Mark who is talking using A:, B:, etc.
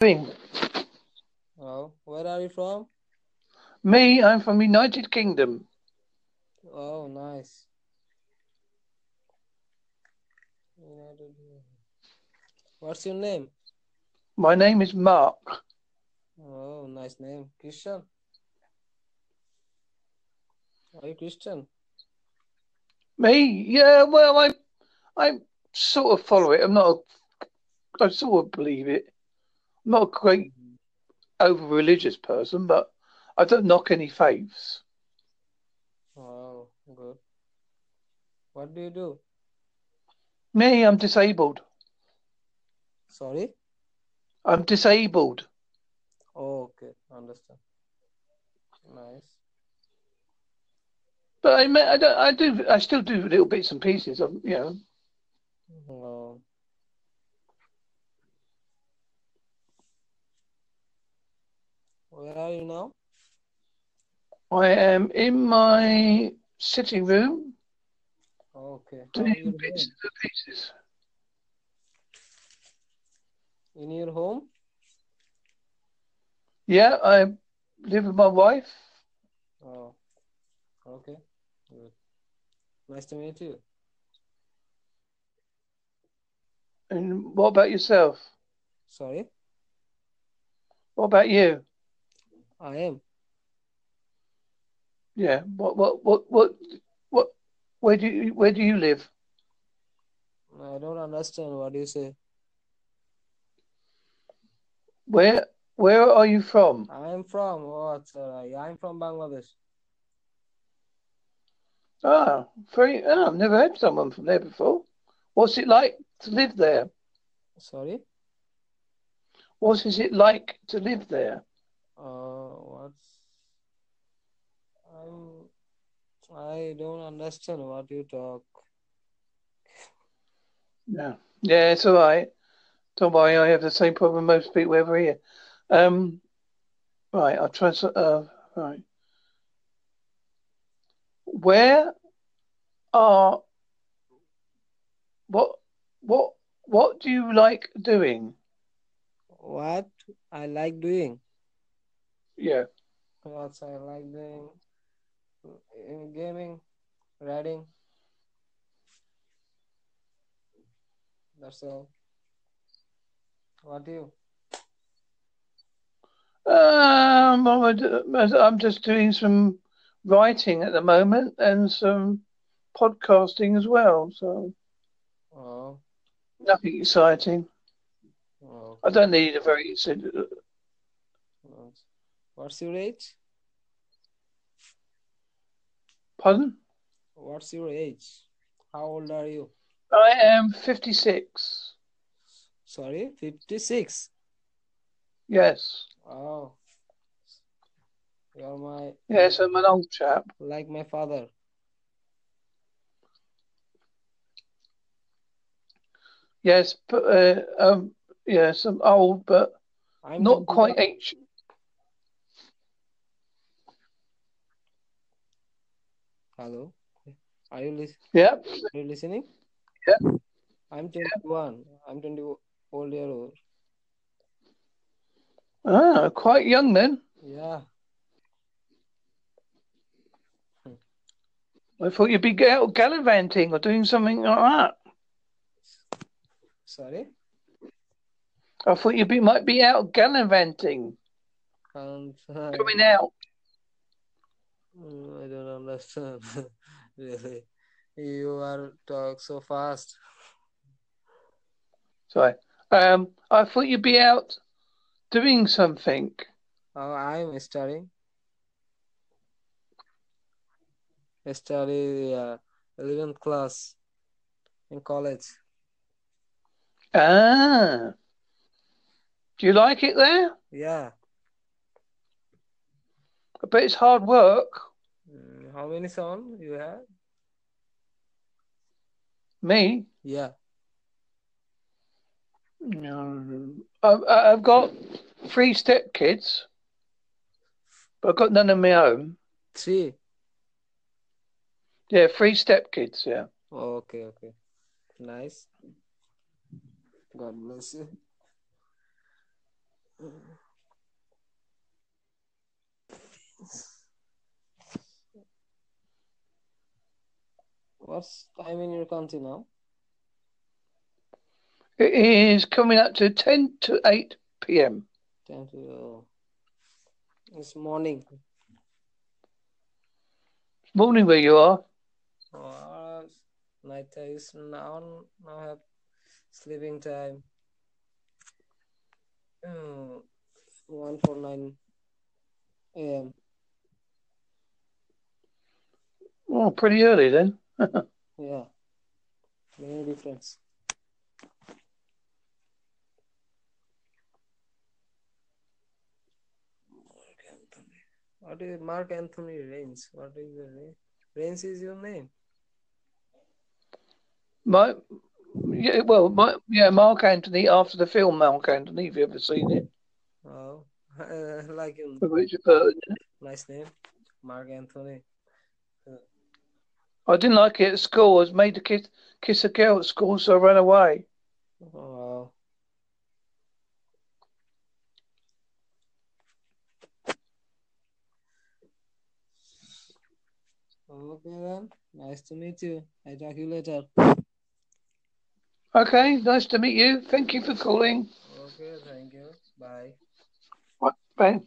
A: doing?
B: Wow. Where are you from?
A: Me, I'm from United Kingdom.
B: Oh, nice. United. What's your name?
A: My name is Mark.
B: Oh, nice name. Christian? Are you Christian?
A: Me? Yeah, well, I, I sort of follow it. I'm not. A, I sort of believe it. I'm not a great over religious person, but I don't knock any faiths.
B: Wow, Oh, good. What do you do?
A: Me, I'm disabled.
B: Sorry?
A: I'm disabled.
B: Oh, okay. Understand. Nice.
A: But I, mean, I, don't, I do. I still do little bits and pieces. Of, you know,
B: Wow. Where are you now?
A: I am in my sitting room
B: Okay. How are
A: doing
B: you
A: bits and pieces.
B: doing? In your home?
A: Yeah, I live with my wife.
B: Oh, okay. Good. Nice to meet you.
A: And what about yourself?
B: Sorry,
A: What about you?
B: I am.
A: Yeah. What? What? What? What? What? Where do you? Where do you live?
B: I don't understand what you say.
A: Where? Where are you from?
B: I am from oh, it's, uh, yeah, I'm from Bangladesh.
A: Ah, very. Ah, I've never heard someone from there before. What's it like to live there?
B: Sorry.
A: What is it like to live there?
B: Uh, what's I'm. I don't understand what you talk.
A: Yeah. Yeah, it's all right. Don't worry, I have the same problem most people over here. Um, right, I'll try. So, uh, right. Where are what what what do you like doing?
B: What I like doing.
A: Yeah.
B: What I like doing. In gaming, riding. That's all. What do you?
A: Um, I would- I'm just doing some writing at the moment and some podcasting as well. So
B: Oh.
A: nothing exciting.
B: oh.
A: I don't need a very.
B: Nice. What's your age?
A: Pardon?
B: What's your age? How old are you?
A: I am 56.
B: Sorry, 56.
A: Yes.
B: Oh, you're my
A: Yes, I'm an old chap.
B: like my father.
A: Yes, but uh, um, yes, I'm old, but
B: I'm
A: not
B: 25
A: quite ancient.
B: Hello, are you, lis-
A: Yeah,
B: are you listening?
A: Yeah.
B: I'm 21. I'm 20 old year old.
A: ah, quite young then.
B: Yeah.
A: I thought you'd be out gallivanting or doing something like that.
B: Sorry,
A: I thought you be, might be out gallivanting,
B: can't. Um, I
A: going out.
B: I don't understand. really, you are talk so fast.
A: Sorry. Um, I thought you'd be out doing something.
B: Oh, I'm studying. I study uh, 11th class in college.
A: Ah, do you like it there?
B: Yeah.
A: I bet it's hard work.
B: Mm, How many song you have?
A: Me,
B: Yeah.
A: No, I've, I've got three stepkids, but I've got none of my own.
B: Three.
A: Yeah, three stepkids. Yeah,
B: Oh, okay, okay. Nice. God bless you. What's time in your country now?
A: It is coming up to 10 to 8 p.m.
B: Time to. uh, It's morning.
A: It's morning where you are.
B: Oh, night time is now. Now I have sleeping time. Mm, one for nine a.m.
A: Oh, pretty early then.
B: Yeah, no difference. Mark Anthony. What is Mark Anthony Rains? What is the name? Rains is your name.
A: My, yeah, well, my, yeah, Mark Anthony after the film Mark Anthony. Have you ever seen it?
B: Oh, I like him.
A: With Richard Burton.
B: Nice name, Mark Anthony.
A: I didn't like it at school. I was made to kiss kiss a girl at school, so I ran away.
B: Oh, okay then. Nice to meet you. I talk you later.
A: Okay, nice to meet you. Thank you for calling.
B: Okay, thank you. Bye.
A: Bye.